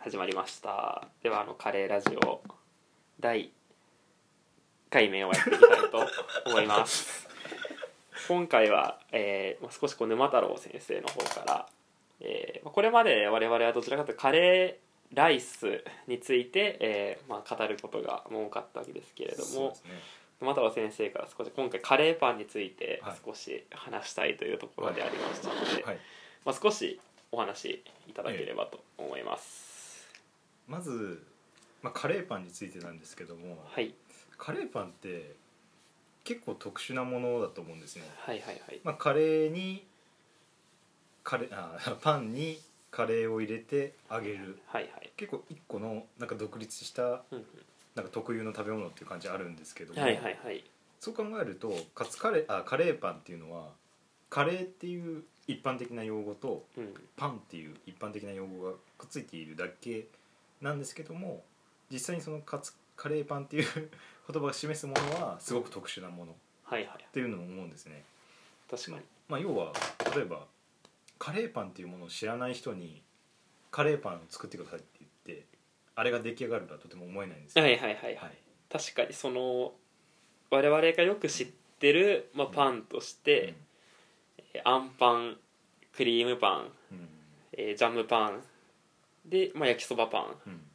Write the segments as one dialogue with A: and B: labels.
A: 始まりましたではあのカレーラジオ第1回目をやっていきたいと思います 今回は、えーまあ少しこう沼太郎先生の方から、えーまあこれまで我々はどちらかというとカレーライスについて、えーまあ、語ることが多かったわけですけれど
B: そう
A: も
B: ですね
A: 沼太郎先生から少し今回カレーパンについて
B: はい
A: 少し話したいというところでありましたので、
B: はい、
A: まあ、少しお話いただければと思います、
B: まず、まあ、カレーパンについてなんですけども、
A: はい、
B: カレーパンって結構特殊なものだと思うんですね、
A: はいはいはい
B: まあ、カレーにカレーあ パンにカレーを入れて揚げる
A: はいはい
B: 結構一個のなんか独立した
A: うんうん
B: なんか特有の食べ物っていう感じあるんですけども、
A: はいはいはい
B: そう考えるとカツカレーあカレーパンっていうのはカレーっていう一般的な用語と
A: うん
B: パンっていう一般的な用語がくっついているだけなんですけども実際にそのカツカレーパンっていう 言葉が示すものはすごく特殊なものっ
A: はいはい
B: ていうのも思うんですね。
A: 確かに
B: まあ、要は例えばカレーパンっていうものを知らない人にカレーパンを作ってくださいって言ってあれが出来上がるとはとても思えないんですよ
A: はいはいはい
B: はい
A: 確かにその我々がよく知ってる、まあ、パンとして、えーあんパンクリームパン、
B: うんうん
A: えージャムパンで、まあ、焼きそばパン
B: うん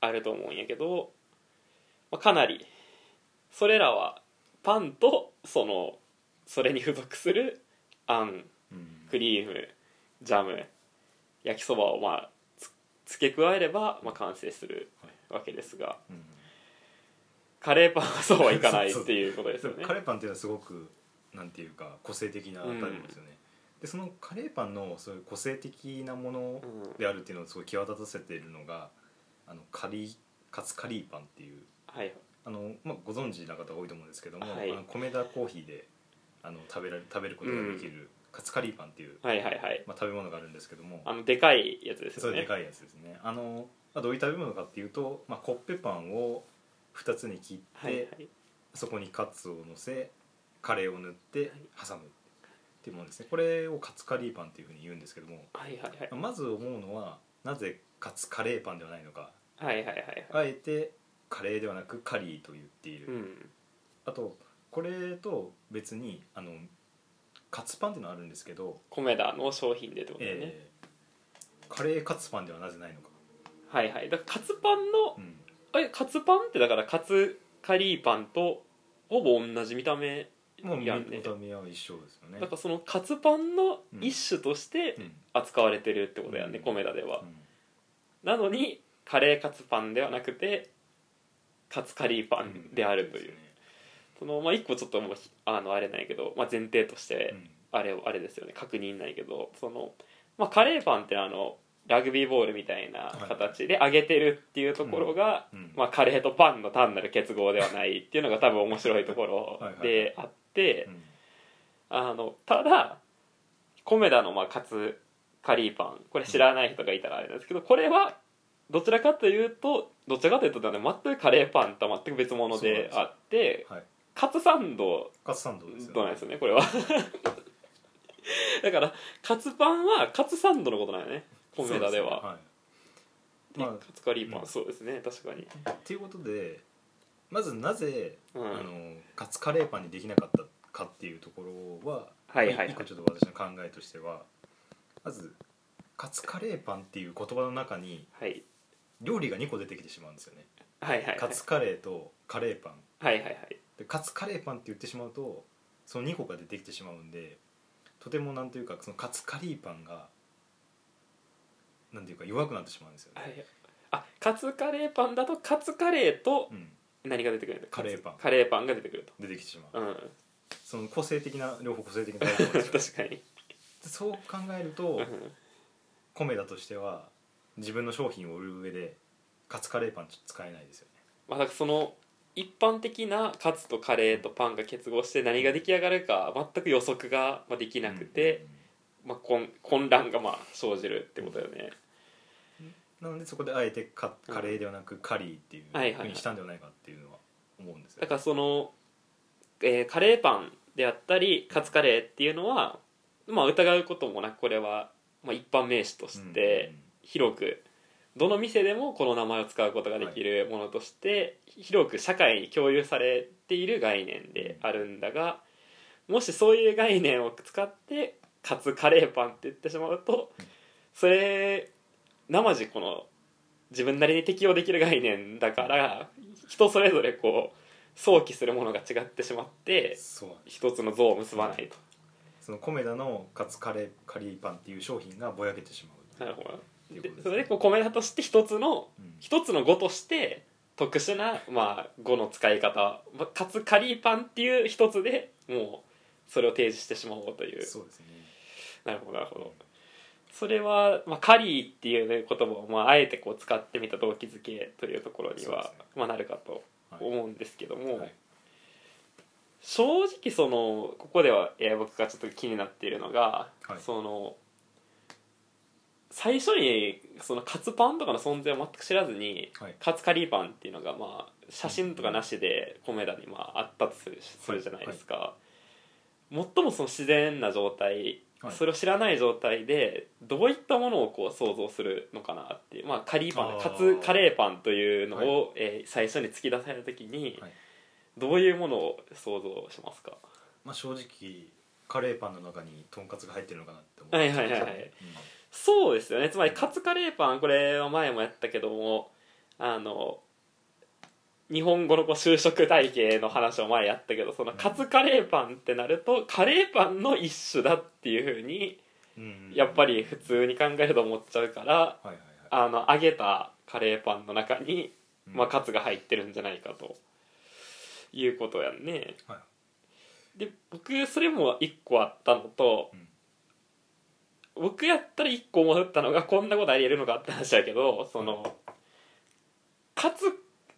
A: あると思うんやけど、まあ、かなりそれらはパンとそのそれに付属するあん
B: うん
A: クリームジャム焼きそばをまあつ付け加えれば、まあ、完成するわけですが
B: うん
A: カレーパンはそうはいかないっていうことですよね
B: カレーパンっていうのはすごくなんていうか個性的な食べ物ですよね、でそのカレーパンのそういう個性的なもの
A: うん
B: であるっていうのをすごい際立たせているのがあのカリーカツカリーパンっていう
A: はい
B: あの、まあ、ご存知な方多いと思うんですけども、
A: はい
B: あの米田コーヒーであの食べられ食べることができるカツカリーパンっていう、
A: はいはいはい
B: まあ、食べ物があるんですけども
A: あのでかいやつです
B: そ
A: よ
B: れ
A: ね
B: でかいやつですねあの、まあ、どういう食べ物かっていうと、まあ、コッペパンを2つに切って、
A: はいはい
B: そこにカツを乗せカレーを塗って挟むっていうものですねこれをカツカリーパンっていうふうに言うんですけども
A: はいはいはい
B: まず思うのはなぜカツカレーパンではないのか
A: はいはいはい
B: あえてカレーではなくカリーと言っている、
A: うん
B: あとこれと別にあのカツパンっていうのはあるんですけど、
A: 米田の商品でってことだよね、
B: えーカレーカツパンではなぜないのか、
A: はいはいだからカツパンの
B: うん
A: あれカツパンってだからカツカリーパンとほぼ同じ見た目
B: もう見
A: いや
B: 見
A: ね
B: た目は一緒ですよね
A: だからそのカツパンの一種として
B: うん
A: 扱われてるってことだよね、
B: うん
A: コメダでは
B: う、ん
A: なのにカレーカツパンではなくてカツカリーパンであるという、
B: ん
A: そのまあ一個ちょっともうひあのあれなんやけど、まあ、前提とし
B: そ
A: て
B: うですね
A: あれあれですよね確認なんやけどその、まあ、カレーパンってあのラグビーボールみたいな形で揚げてるっていうところが、
B: うんうん
A: まあ、カレーとパンの単なる結合ではないっていうのが多分面白いところ
B: はいはい
A: であって
B: うん
A: あのただコメダのまあカツカリーパンこれ知らない人がいたらあれなんですけどこれはどちらかというとどちらかというとだね全くカレーパンとは全く別物
B: そうなんで
A: です
B: よ
A: あって
B: はい
A: カツサンド
B: カツサンドですよね
A: となんですよねこれはだからカツパンはカツサンドのことなんよねコメダでは
B: そうですねはいま
A: でカツカリーパン、
B: うん
A: そうですね確かに
B: あということでまずなぜ、
A: うん
B: あのカツカレーパンにできなかったかっていうところは、
A: はいはいはい
B: 一個ちょっと私の考えとしてはまずカツカレーパンっていう言葉の中に
A: はい
B: 料理が2個出てきてしまうんですよね、
A: はいはいはい
B: カツカレーとカレーパン
A: はいはいはい
B: でカツカレーパンって言ってしまうとその2個が出てきてしまうんでとてもなんというかそのカツカリーパンがなんていうか弱くなってしまうんですよね、
A: はいあカツカレーパンだとカツカレーと
B: うん、
A: 何が出てくるんだ
B: カレーパン
A: カレーパンが出てくる
B: 出てきてしまう
A: とうん
B: その個性的な両方個性的な食べ物ですよ
A: 確
B: ね
A: かに
B: でそう考えると
A: うん
B: コメダとしては自分の商品を売る上でカツカレーパンちょっと使えないですよね
A: まあだからその一般的なカツとカレーとパンが結合して何が出来上がるか全く予測がまあできなくて、、まあ、混混乱がまあ生じるってことだよね、
B: うんなのでそこであえてカカレーではなくカリーっていう
A: はいはいは
B: ふ
A: いう
B: にしたんではないかっていうのは思うんですよ
A: だからその、えーカレーパンであったりカツカレーっていうのは、まあ、疑うこともなくこれは、まあ、一般名詞として広くどの店でもこの名前を使うことができるものとして、広く社会に共有されている概念であるんだがもしそういう概念を使って「カツカレーパン」って言ってしまうとそれ生地この自分なりに適用できる概念だから人それぞれこう想起するものが違ってしまって
B: そう
A: 一つの像を結ばないと。
B: そのコメダのカツカレーカリーパンっていう商品がぼやけてしまう
A: なるほど
B: っていう
A: で
B: ことです
A: そ
B: ね
A: れでこう米田として一つの
B: うん
A: 一つの語として特殊な、まあ、語の使い方まあかつカリーパンっていう一つでもうそれを提示してしまおうという
B: そうですね
A: なるほどなるほどそれは、まあ、カリーっていう、ね、言葉を、まあ、あえてこう使ってみた動機づけというところに
B: そ
A: は
B: う、ですね
A: まあ、なるかと
B: はい
A: 思うんですけども、
B: はい
A: 正直そのここでは、えー僕がちょっと気になっているのが、
B: はい
A: その最初にそのカツパンとかの存在を全く知らずに、
B: はい
A: カツカリーパンっていうのがまあ写真とかなしでコメダにまああったとするするじゃないですか、最もその自然な状態、
B: はい
A: それを知らない状態でどういったものをこう想像するのかなっていう、まあ、カリーパン
B: あー
A: カツカレーパンというのを、えー最初に突き出された時に、
B: はい
A: どういうものを想像しますか
B: まあ正直カレーパンの中にとんかつが入ってるのかなって思う
A: はいはいはいはいそうですよねつまりカツカレーパンこれは前もやったけどもあの日本語のこう就職体系の話を前やったけどそのカツカレーパンってなるとカレーパンの一種だっていうふうに
B: うんうん
A: やっぱり普通に考えると思っちゃうから
B: はいはいは
A: あの揚げたカレーパンの中に、
B: い
A: まあ、カツが入ってるんじゃないかということやんね。
B: うんはい
A: で僕それも1個あったのと、僕やったら1個思ったのがこんなことありえるのかって話だけどそのかつ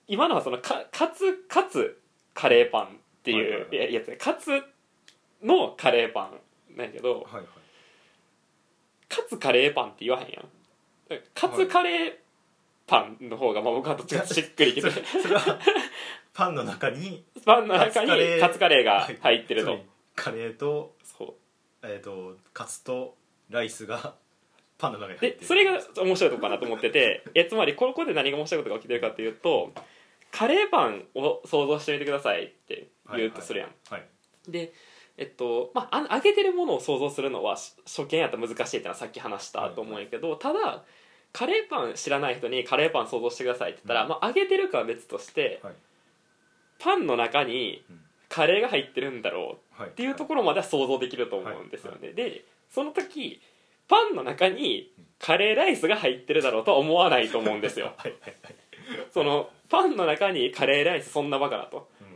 A: 今のはそのかかつかつカレーパンっていう
B: はいはいはい
A: ややつねかつのカレーパンなんやけど
B: はいはい
A: かつカレーパンって言わへんやんだからかつカレーパンの方が、まあ、僕はどっちかっていうとしっくりきて
B: それそれはパンの中に
A: パンの中に
B: カツカレー
A: かつカレーが入ってる
B: は
A: と
B: いカレーと
A: そう
B: えっとカツとライスがパンの中に入っ
A: で
B: てる
A: それが面白いとこかなと思っててえつまりここで何が面白いことが起きてるかというとカレーパンを想像してみてくださいって言うとするやん、
B: はい
A: でえっとまああ揚げてるものを想像するのはし初見やったら難しいっていうのはさっき話したと思うんやけど、ただカレーパン知らない人にカレーパン想像してくださいって言ったら、
B: うん
A: まあ、揚げてるかは別として
B: はい
A: パンの中に
B: うん
A: カレーが入ってるんだろう
B: はい
A: っていうところまでは想像できると思うんですよね、でその時パンの中にカレーライスが入ってるだろうとは思わないと思うんです よ
B: はいはいはい
A: そのパンの中にカレーライスそんなバカだと
B: うん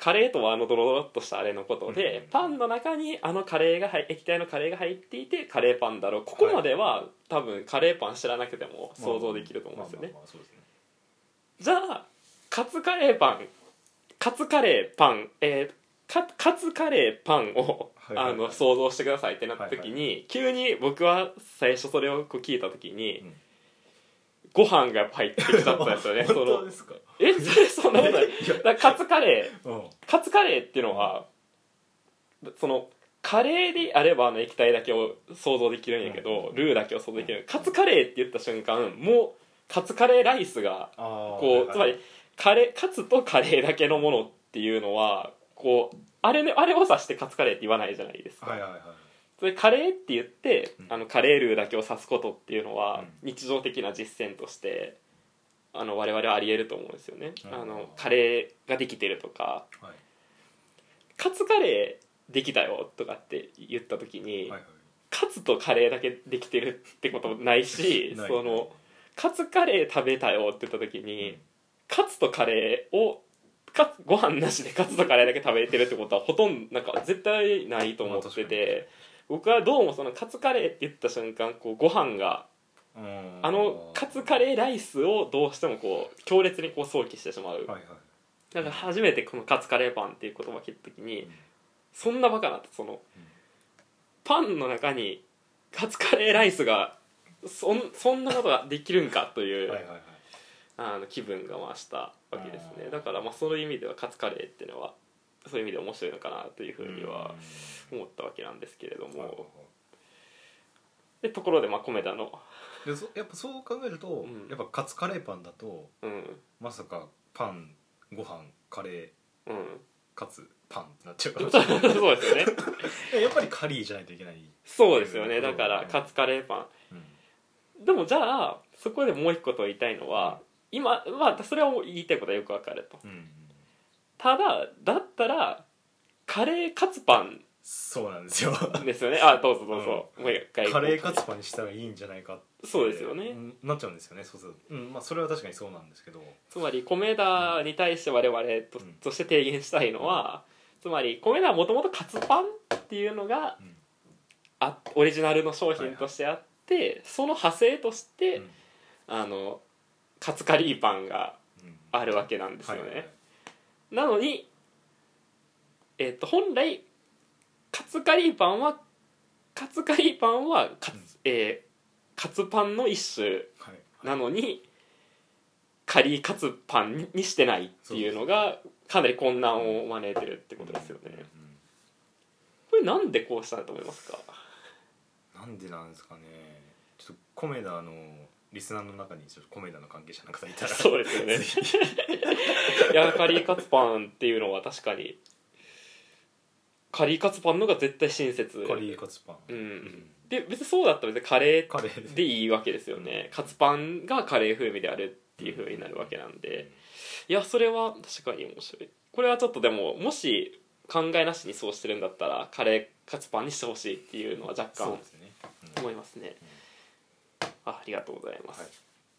A: カレーとはあのドロドロっとしたあれのことで、
B: うん
A: パンの中にあのカレーが入液体のカレーが入っていてカレーパンだろうここまでは多分カレーパン知らなくても想像できると思うんですよね
B: まあまあまあそうですね
A: じゃあカツカレーパンカツカレーパンえーかカツカレーパンを、
B: はいはいは
A: あ
B: い
A: の想像してくださいってなった時に、急に僕は最初それをこう聞いた時に、
B: うん
A: ご飯がやっぱ入ってきちゃったんですよねそ
B: 本当
A: の
B: ですか
A: えそれそんなことない
B: いや
A: だからカツカレ
B: うん
A: ーカツカレーっていうのはそのカレーであればあの液体だけを想像できるんやけど、
B: うん
A: ルーだけを想像できる、カツカレーって言った瞬間もうカツカレーライスがこうつまりカレーカツとカレーだけのものっていうのはこうあれ,、ね、あれを指してカツカレーって言わないじゃないですか、
B: はいはいはい
A: それカレーって言って、
B: うん
A: あのカレールーだけを指すことっていうのは、
B: うん
A: 日常的な実践としてあの我々はありえると思うんですよね、
B: うん
A: あのカレーができてるとか
B: はい
A: カツカレーできたよとかって言った時に、
B: はいはい
A: カツとカレーだけできてるってことないし
B: ない
A: そのカツカレー食べたよって言った時に、
B: うん
A: カツとカレーをかご飯なしでカツとカレーだけ食べてるってことはほとんどなんか絶対ないと思ってて、僕はどうもそのカツカレーって言った瞬間こうご飯が
B: うん
A: あのカツカレーライスをどうしてもこう強烈にこう想起してしまう、
B: はいはい
A: だから初めてこのカツカレーパンっていう言葉を聞いた時に、
B: うん
A: そんなバカなってその、パンの中にカツカレーライスがそんそんなことができるんかという、
B: はいはいはい
A: あの気分が増したわけです
B: あ
A: ね
B: ー
A: だからまあそういう意味ではカツカレーっていうのはそういう意味で面白いのかなというふうには思ったわけなんですけれど
B: うんはいはい
A: も、
B: はい
A: でところでまあ米田の
B: でそやっぱそう考えると、
A: ん
B: やっぱカツカレーパンだと
A: うん
B: まさかパンご飯カレー
A: うん
B: カツパンってなっち ゃうか
A: そ
B: ら
A: うそうですよね
B: やっぱりカリーじゃないといけない、
A: そうですよねだからカツカレーパン
B: うん
A: でもじゃあそこでもう一個と言いたいのは今まあそれはもう言いたいことはよくわかると
B: うん、
A: ただだったらカレーカツパン
B: そうなんですよ
A: ですよねあどうぞどうぞ、もう一回
B: カレーカツパンにしたらいいんじゃないかって
A: そうですよね
B: んなっちゃうんですよねそうそう、うんまあ、それは確かにそうなんですけど
A: つまり米田に対して我々と,、
B: うん
A: として提言したいのはつまり米田はもともとカツパンっていうのが
B: うん
A: あオリジナルの商品としてあって、その派生として、
B: うん
A: あのカツカリーパンが
B: うん
A: あるわけなんですよね、
B: はいはいはい
A: なのに、えっと本来カツカリーパンはカツカリーパンはカツ,、
B: うん
A: えーカツパンの一種
B: はい
A: なのにカリーカツパンにしてないっていうのがかなり混乱を招いてるってことですよね
B: う
A: これなんでこうしたんだと思いますか
B: んなんでなんですかねちょっとコメダのリスナーの中にちょっとコメダの関係者の方いたら
A: そうですよねいやカリーカツパンっていうのは確かにカリーカツパンの方が絶対親切
B: カリーカツパン、
A: う
B: うんん
A: で別にそうだったら別にカレ
B: カレ
A: ー
B: ー
A: でいいわけですよねカツパンがカレー風味であるっていう風になるわけなんで、いやそれは確かに面白いこれはちょっとでももし考えなしにそうしてるんだったらカレーカツパンにしてほしいっていうのは若
B: そう
A: 干
B: ですね、うん
A: 思いますねあありがとうございます、
B: はい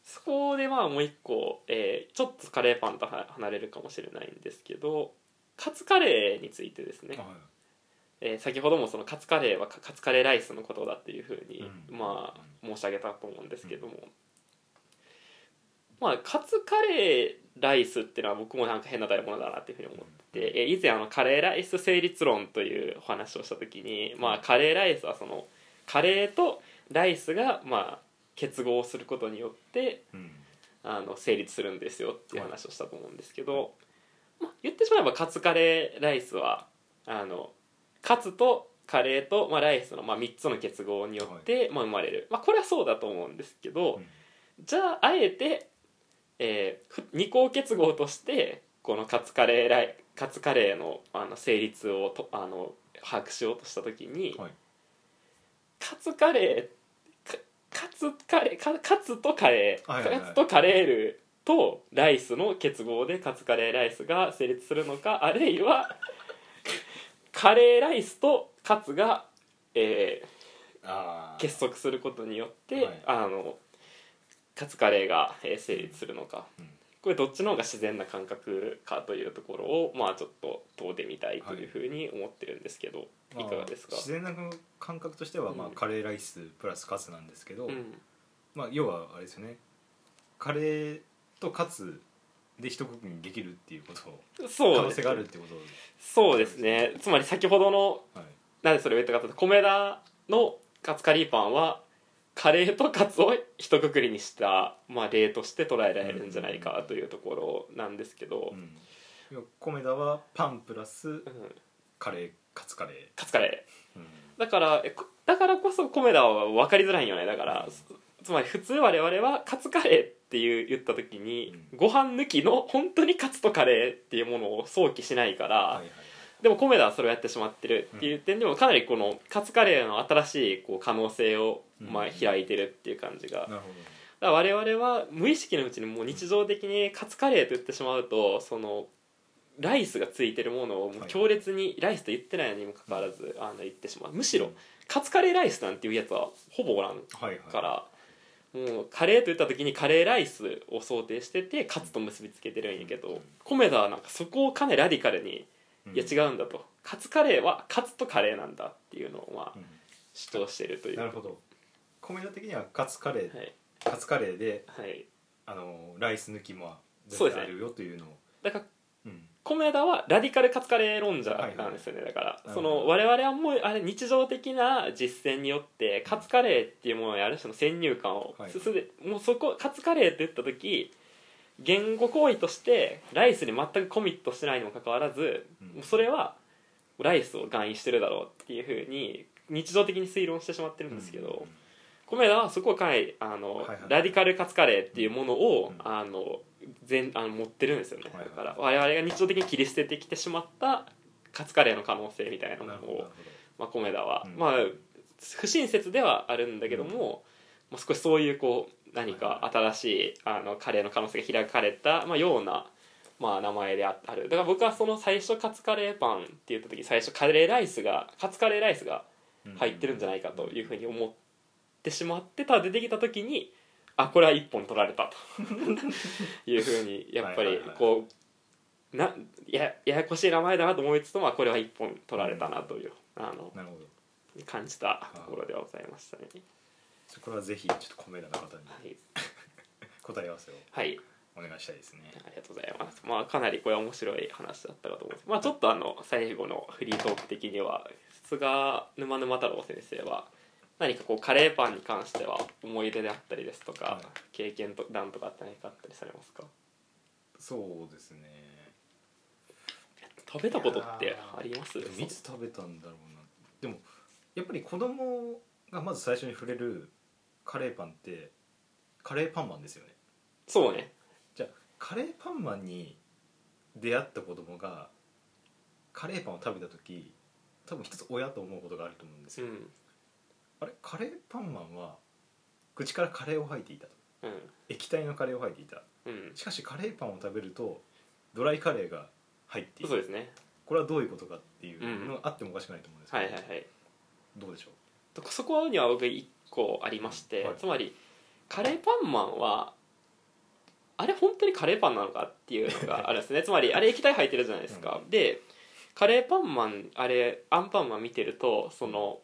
A: そこでまあもう一個、えーちょっとカレーパンとは離れるかもしれないんですけどカツカレーについてですね、
B: あはい
A: えー先ほどもそのカツカレーはカカツカレーライスのことだっていうふうに、
B: うん
A: まあ申し上げたと思うんですけども、まあカツカレーライスっていうのは僕もなんか変な食べ物だなっていうふうに思ってて、えー以前あのカレーライス成立論というお話をした時に、まあ、カレーライスはそのカレーとライスがまあ結合することによって
B: うん
A: あの成立するんですよっていう話をしたと思うんですけど、まあ、言ってしまえばカツカレーライスはあのカツとカレーと、まあ、ライスの、まあ、3つの結合によって、まあ、生まれる、まあ、これはそうだと思うんですけど、
B: うん
A: じゃああえて、え2項結合としてこのカツカレーライカツカレーのあの成立をとあの把握しようとした時に、
B: はい
A: カツカレーかカツカレーかカツとカレー、
B: はいはいはい
A: カツとカレールとライスの結合でカツカレーライスが成立するのか あるいはカレーライスとカツが、え
B: あ
A: ー
B: ー
A: 結束することによって、
B: はい
A: あのカツカレーが、えー成立するのか、
B: うん
A: これどっちの方が自然な感覚かというところをまあちょっと問うてみたいというふうに思ってるんですけど、い、かがですか
B: まあ、自然な感覚としては、まあ
A: うん
B: カレーライスプラスカツなんですけど、
A: うん
B: まあ、要はあれですよねカレーとカツで一括りにできるっていうことを可
A: そう
B: 能
A: です
B: 性があるってことを
A: そうですねつまり先ほどの
B: はい
A: なんでそれを言ったかというと米田のカツカリーパンはカレーとカツを一括りにした、まあ、例として捉えられるんじゃないかというところなんですけど、
B: うん要は米田はパンプラス
A: うん
B: カレーカツカレ
A: カツカレ
B: ー、うん
A: ーだからえこだからこそ米田は分かりづらいよねだからつつまり普通我々はカツカレーっていう言った時に
B: う
A: ご飯抜きの本当にカツとカレーっていうものを想起しないから、
B: はいはい
A: でも米田はそれをやってしまってるっていう点でもかなりこのカツカレーの新しいこう可能性をまあ
B: うん
A: 開いてるっていう感じがだか
B: なるほ
A: ら我々は無意識のうちにもう日常的にカツカレーと言ってしまうとそのライスがついてるものをもう強烈にライスと言ってないにもかかわらずあの言ってしまうむしろカツカレーライスなんていうやつはほぼおらん
B: どはいはい
A: からもうカレーと言った時にカレーライスを想定しててカツと結びつけてるんやけ
B: うん
A: ど米田はなんかそこをかなりラディカルに
B: うん
A: いや違うんだとカツカレーはカツとカレーなんだっていうのをまあ
B: う
A: 主張してるとい
B: ん
A: う
B: なるほど米田的にはカツカレー、
A: はい、
B: カツカレーで
A: はい、
B: あのライス抜きも
A: そうですね
B: あるよというのを
A: だから
B: うん
A: 米田はラディカルカツカレー論者なんですよね、だか
B: う
A: ら
B: ん
A: その我々はもうあれ日常的な実践によってカツカレーっていうものにある種の先入観を、
B: はい
A: すすでもうそこカツカレーって言った時言語行為としてライスに全くコミットしてないにもかかわらず、
B: うん
A: もうそれはライスを含意してるだろうっていうふうに日常的に推論してしまってるんですけど、
B: うん
A: 米田はそこはかなりあの、
B: はいはい
A: ラディカルカツカレーっていうものを、
B: うん
A: あの全あの持ってるんですよね、
B: はいはい
A: だから我々が日常的に切り捨ててきてしまったカツカレーの可能性みたいな
B: な
A: の
B: るほどな
A: を
B: る、ほど
A: まあ、米田は、
B: うん
A: まあ不親切ではあるんだけども、まあ、少しそういうこう何か新しいあのカレーの可能性が開かれた、まあ、ような、まあ、名前でああるだから僕はその最初カツカレーパンって言った時最初カレーライスがカツカレーライスが
B: うん
A: 入ってるんじゃないかというふうに思ってしまってただ出てきた時にあこれは一本取られたというふうにやっぱ
B: はい
A: り
B: はいはい
A: こうなやややこしい名前だなと思いつつもまあこれは一本取られたなという、あの
B: なるほど
A: 感じたところではございましたね。
B: ちょこれはぜひちょっと米田の方に
A: はい、
B: 答え合わせを
A: はい、
B: お願いしたいですね
A: ありがとうございます。まあかなりこれは面白い話だったかと思います。まあちょっとあの最後のフリートーク的には菅沼沼太郎先生は何かこうカレーパンに関しては思い出であったりですとか、
B: はい
A: 経験と談とかって何かあったりされますか。
B: そうですね
A: 食べたことってあります？
B: いつ食べたんだろうなでもやっぱり子供がまず最初に触れるカレーパンってカレーパンマンですよね
A: そうね。
B: じゃあカレーパンマンに出会った子供がカレーパンを食べた時多分一つ親と思うことがあると思うんです
A: う
B: よ、
A: ん
B: あれカレーパンマンは口からカレーを吐いていた
A: うん
B: 液体のカレーを吐いていた
A: うん。
B: しかしカレーパンを食べるとドライカレーが入ってい
A: そう
B: る
A: ですね。
B: これはどういうことかっていうのがあってもおかしくないと思うんですけ
A: は
B: ど、
A: いはいはい。
B: どうでしょう
A: とそこには僕一個ありまして、
B: はい
A: つまりカレーパンマンはあれ本当にカレーパンなのかっていうの があるんですねつまりあれ液体入ってるじゃないですか、でカレーパンマンあれアンパンマン見てるとその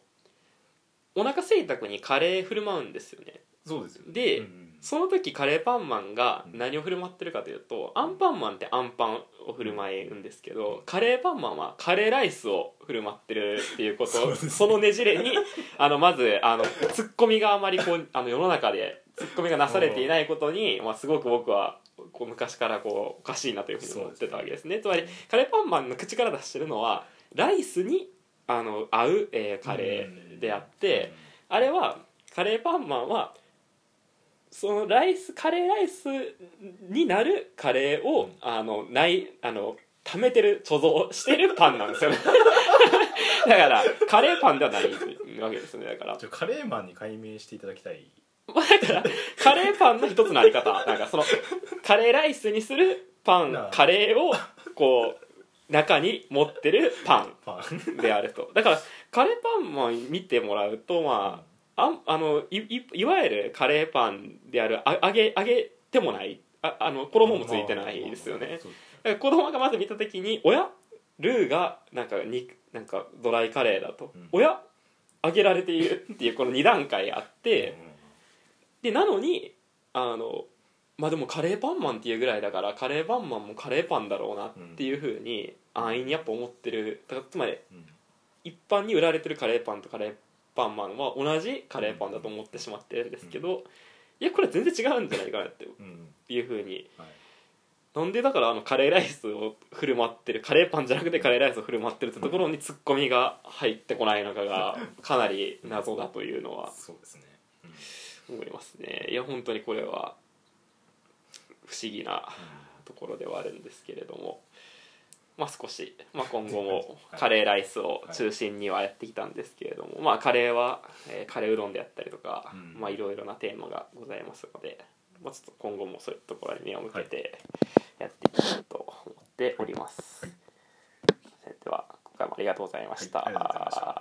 A: お腹空いた子にカレー振る舞うんですよね
B: そうですよね
A: で
B: うんうん
A: その時カレーパンマンが何を振る舞ってるかというとアンパンマンってアンパンを振る舞うんですけどカレーパンマンはカレーライスを振る舞ってるっていうこと
B: そう
A: そ
B: ですね
A: のねじれ にあのまずあのツッコミがあまりこうあの世の中でツッコミがなされていないことに、まあ、すごく僕はこう昔からこうおかしいなというふうに思ってたわけですね。つまりカレーパンマンの口から出してるのはライスにあの合う、えーカレーであって。あれはカレーパンマンはそのライスカレーライスになるカレーを、
B: うん
A: あのないあの貯めてる貯蔵してるパンなんですよね だからカレーパンではないわけですよねだから
B: じゃあカレーマンに解明していただきたい
A: まあだからカレーパンの一つのあり方なんかそのカレーライスにするパ
B: な
A: ン
B: あ
A: カレーをこう中に持ってるパン
B: パン
A: であるとだからカレーパンマン見てもらうとまああんあのいいいわゆるカレーパンであるあ揚げ揚げてもないああの衣もついてないですよね
B: そう
A: だから子供がまず見た時に「おやルーがなんか肉なんかドライカレーだと
B: うん
A: 「おや揚げられている」っていうこの2段階あってでなのにあのまあでもカレーパンマンっていうぐらいだからカレーパンマンもカレーパンだろうなっていうふうに安易にやっぱ思ってるだからつまり
B: うんうん
A: 一般に売られてるカレーパンとカレーパンマンは同じカレーパンだと思ってしまってるんですけど、いやこれ全然違うんじゃないかなって
B: うんうん
A: いうふうに
B: はい
A: なんでだからあのカレーライスを振る舞ってるカレーパンじゃなくてカレーライスを振る舞ってるってところにツッコミが入ってこないのかがかなり謎だというのは
B: そうですねうん
A: 思いますねいや本当にこれは不思議なところではあるんですけれども、まあ、少し、まあ、今後も
B: はい
A: カレーライスを中心にはやってきたんですけれども、まあ、カレーは、えーカレーうどんであったりとか、
B: うん
A: まあ、いろいろなテーマがございますので、まあ、ちょっと今後もそういうところに目を向けてやっていきたいと思っております。では今回もありがとうございました。
B: はいありがとうございました